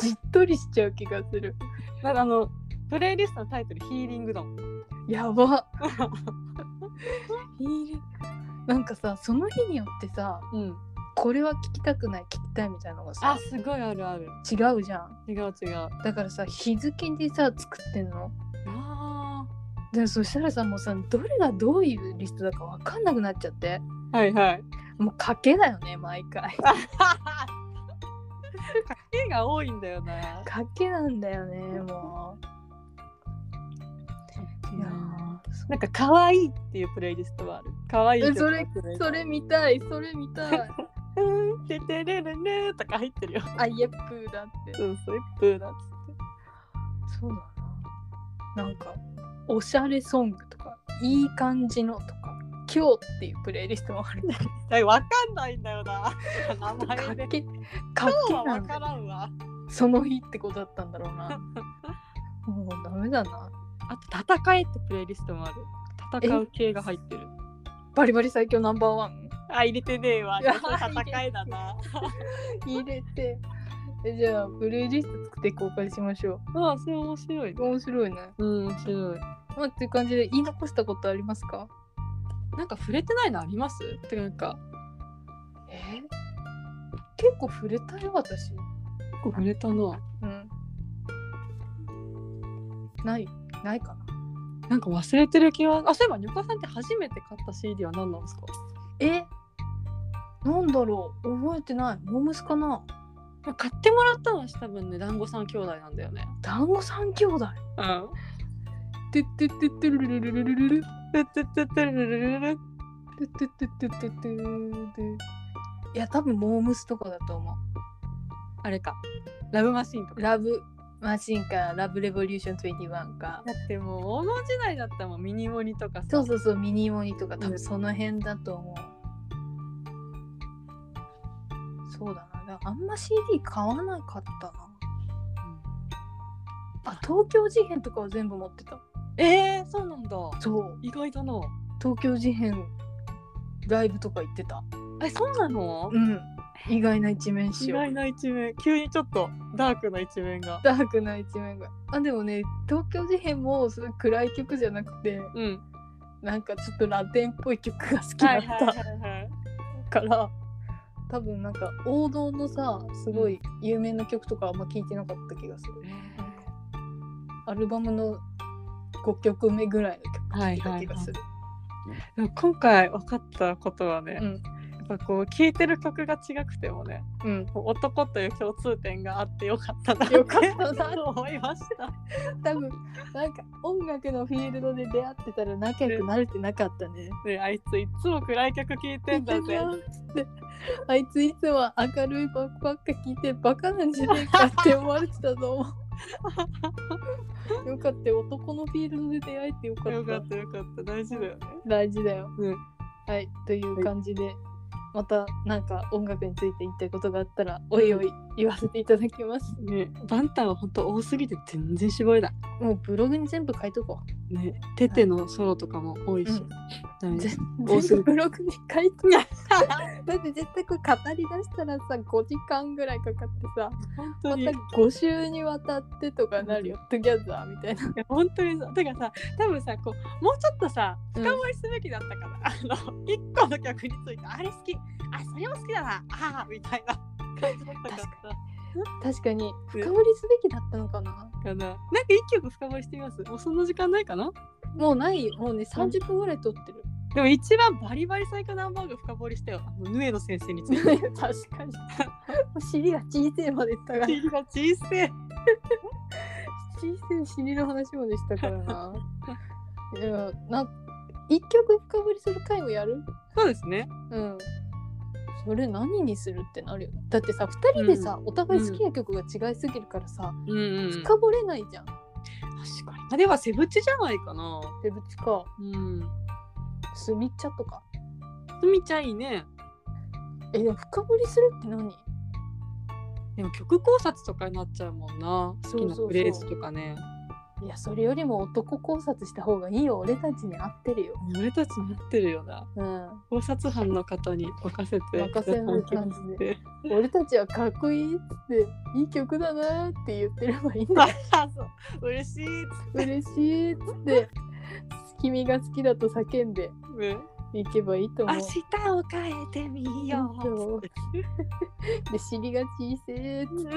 Speaker 2: じっとりしちゃう気がする
Speaker 1: なんかあのプレイリストのタイトル「ヒーリングだもん」
Speaker 2: や ばいるなんかさその日によってさ
Speaker 1: うん、
Speaker 2: これは聞きたくない聞きたいみたいなのがさ
Speaker 1: あすごいあるある
Speaker 2: 違うじゃん
Speaker 1: 違う違う
Speaker 2: だからさ日付でさ作ってんの
Speaker 1: あ
Speaker 2: でそしたらさもうさどれがどういうリストだか分かんなくなっちゃって
Speaker 1: ーはいはい
Speaker 2: もう賭けだよね毎回
Speaker 1: 絵が多いんだよな。
Speaker 2: 賭けなんだよねもういや
Speaker 1: な
Speaker 2: ー
Speaker 1: んか可愛いっていうプレイリストはある。可愛い
Speaker 2: え
Speaker 1: 曲
Speaker 2: そ
Speaker 1: が入
Speaker 2: れ
Speaker 1: ってない
Speaker 2: それ見たいそれ見たい
Speaker 1: うん、ててれれねーとか入ってるよ。
Speaker 2: あイエップーだって
Speaker 1: うん、そういうプーだっつって。
Speaker 2: そうだななんかおしゃれソングとかいい感じのとか今日っていうプレイリストもあるね
Speaker 1: え、わかんないんだよな。名前で
Speaker 2: か。けか
Speaker 1: 今日
Speaker 2: け
Speaker 1: は
Speaker 2: な
Speaker 1: わ
Speaker 2: んだ
Speaker 1: からんわ。
Speaker 2: その日ってことだったんだろう なもうダメだな
Speaker 1: あと、戦えってプレイリストもある。戦う系が入ってる。
Speaker 2: バリバリ最強ナンバーワン
Speaker 1: あ、入れてねえわ。
Speaker 2: いや
Speaker 1: 戦えだな。
Speaker 2: 入れてえじゃあプレイリスト作って公開しましょ
Speaker 1: ああ、それ面白いね
Speaker 2: う。面白いね
Speaker 1: うん、面白い。
Speaker 2: まあっていう感じで言い残したことありますか
Speaker 1: なんか触れてないのありますてかなんか、
Speaker 2: え結構触れたよ私
Speaker 1: 結構触れたな。
Speaker 2: うんないないかな
Speaker 1: なんか忘れてる気は。あ、そういえば、にょかさんって初めて買った CD は何なんですか
Speaker 2: えなんだろう覚えてないモームスかな
Speaker 1: まあ買ってもらったのは多分ね、団子さん兄弟なんだよね。
Speaker 2: 団子三兄弟
Speaker 1: うん。
Speaker 2: てってってってるるるるるるる
Speaker 1: てってってってるるるるる。
Speaker 2: てってってってってってていや多分モームスとかだと思
Speaker 1: あれか。ラブマシーンと
Speaker 2: う
Speaker 1: か。
Speaker 2: ラブマシンかラブレボリューション21か
Speaker 1: だってもう黄金時代だったもん、ミニモニとかさ。
Speaker 2: そうそうそうミニモニとか多分その辺だと思う、そうだなだからあんま CD 買わなかったなあ東京事変とかは全部持ってた
Speaker 1: えー、そうなんだ。
Speaker 2: そう
Speaker 1: 意外だな。
Speaker 2: 東京事変ライブとか行ってた
Speaker 1: え、そうなの
Speaker 2: うん意外な一面
Speaker 1: 意
Speaker 2: しよ
Speaker 1: 外
Speaker 2: う
Speaker 1: な一面。急にちょっとダークな一面が。
Speaker 2: ダークな一面があでもね東京事変もそういう暗い曲じゃなくて
Speaker 1: うん。
Speaker 2: なんかちょっとラテンっぽい曲が好き
Speaker 1: は
Speaker 2: だ
Speaker 1: い
Speaker 2: っ
Speaker 1: はい
Speaker 2: た
Speaker 1: はいはい。
Speaker 2: から多分なんか王道のさすごい有名な曲とかあんま聴いてなかった気がする、アルバムの5曲目ぐらいの曲聴いた気がする、
Speaker 1: でも今回分かったことはね、
Speaker 2: うん
Speaker 1: やっぱこう聴いてる曲が違くてもね
Speaker 2: うん
Speaker 1: こう男という共通点があってよかったな
Speaker 2: よかったな
Speaker 1: と思いました
Speaker 2: 多分なんか音楽のフィールドで出会ってたら仲良くなれてなかったね
Speaker 1: ねあいついっつも暗い曲聴いてんだ
Speaker 2: 聞いてん
Speaker 1: ぜ
Speaker 2: なっつってあいついつも明るいバックばっか聞いてバカなんじゃねえかって思われてたぞ よかったよ男のフィールドで出会えてよか
Speaker 1: よ
Speaker 2: った
Speaker 1: かったよかった大事だよね
Speaker 2: 大事だよ
Speaker 1: ね
Speaker 2: はい、という感じで、またなんか音楽について言いたいことがあったら、おいおい言わせていただきます。
Speaker 1: ねバンタンは本当多すぎて全然絞れない
Speaker 2: もうブログに全部書いとこ。
Speaker 1: ねテテのソロとかも多いうし、ダメ
Speaker 2: 全
Speaker 1: 多
Speaker 2: 部
Speaker 1: すぎ
Speaker 2: ブログに書いとこう。 だって絶対これ語り出したらさ、5時間ぐらいかかってさ、
Speaker 1: 本当
Speaker 2: ま
Speaker 1: に、
Speaker 2: た5週にわたってとかなるよ、トギャザーみたいな。
Speaker 1: いや本当にさだからさ多分さこうもうちょっとさ
Speaker 2: うん
Speaker 1: 深掘りすべきだったから、あの一個の曲についてあれ好きあそれも好きだなあーみたいな感じだったか
Speaker 2: 確
Speaker 1: ら
Speaker 2: 確かに、深掘りすべきだったのかな。
Speaker 1: かななんか一曲深掘りしてみますもうそんな時間ないかな
Speaker 2: もうないよ、もうね、30分ぐらい撮ってる。
Speaker 1: でも一番バリバリ最強ナンバーグ深掘りしたよあのヌエの先生について
Speaker 2: 確かに。お尻が小さいまでいったから。
Speaker 1: 尻が小さい
Speaker 2: 小さい尻の話もでしたからな。 いや、な、一曲深掘りする回もやる
Speaker 1: そうですね
Speaker 2: うん。それ何にするってなるよね。だってさ、二人でさ、お互い好きな曲が違いすぎるからさ、
Speaker 1: うん、うん、確
Speaker 2: 深掘れないじゃん。
Speaker 1: かにあではセブチじゃないかな
Speaker 2: デブチか、
Speaker 1: うん
Speaker 2: スミチャとか。
Speaker 1: すみちゃんいいね
Speaker 2: え、でも深掘りするって何
Speaker 1: でも曲考察とかになっちゃうもんな好き
Speaker 2: そうそ
Speaker 1: な
Speaker 2: うそう
Speaker 1: フレーズとかね
Speaker 2: いや、それよりも男考察した方がいいよ。俺たちに合ってるよ。
Speaker 1: 俺たちになってるよな
Speaker 2: うん。
Speaker 1: 考察班の方に任せて
Speaker 2: 任せる感じ で。俺たちはかっこいいっつって、いい曲だなーって言ってればいいんだよ
Speaker 1: そう嬉しいっつっ
Speaker 2: 嬉しいっつって君が好きだと叫んで
Speaker 1: て
Speaker 2: いけばいいと思う
Speaker 1: を変えてみうっつって
Speaker 2: で尻が小せえっつ っ
Speaker 1: うん
Speaker 2: て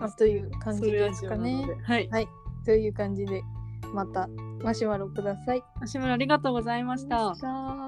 Speaker 2: あという感じですか
Speaker 1: そう
Speaker 2: ね
Speaker 1: いう味なのではい
Speaker 2: という感じでまたマシュマロください
Speaker 1: 足村ありがとうございました
Speaker 2: した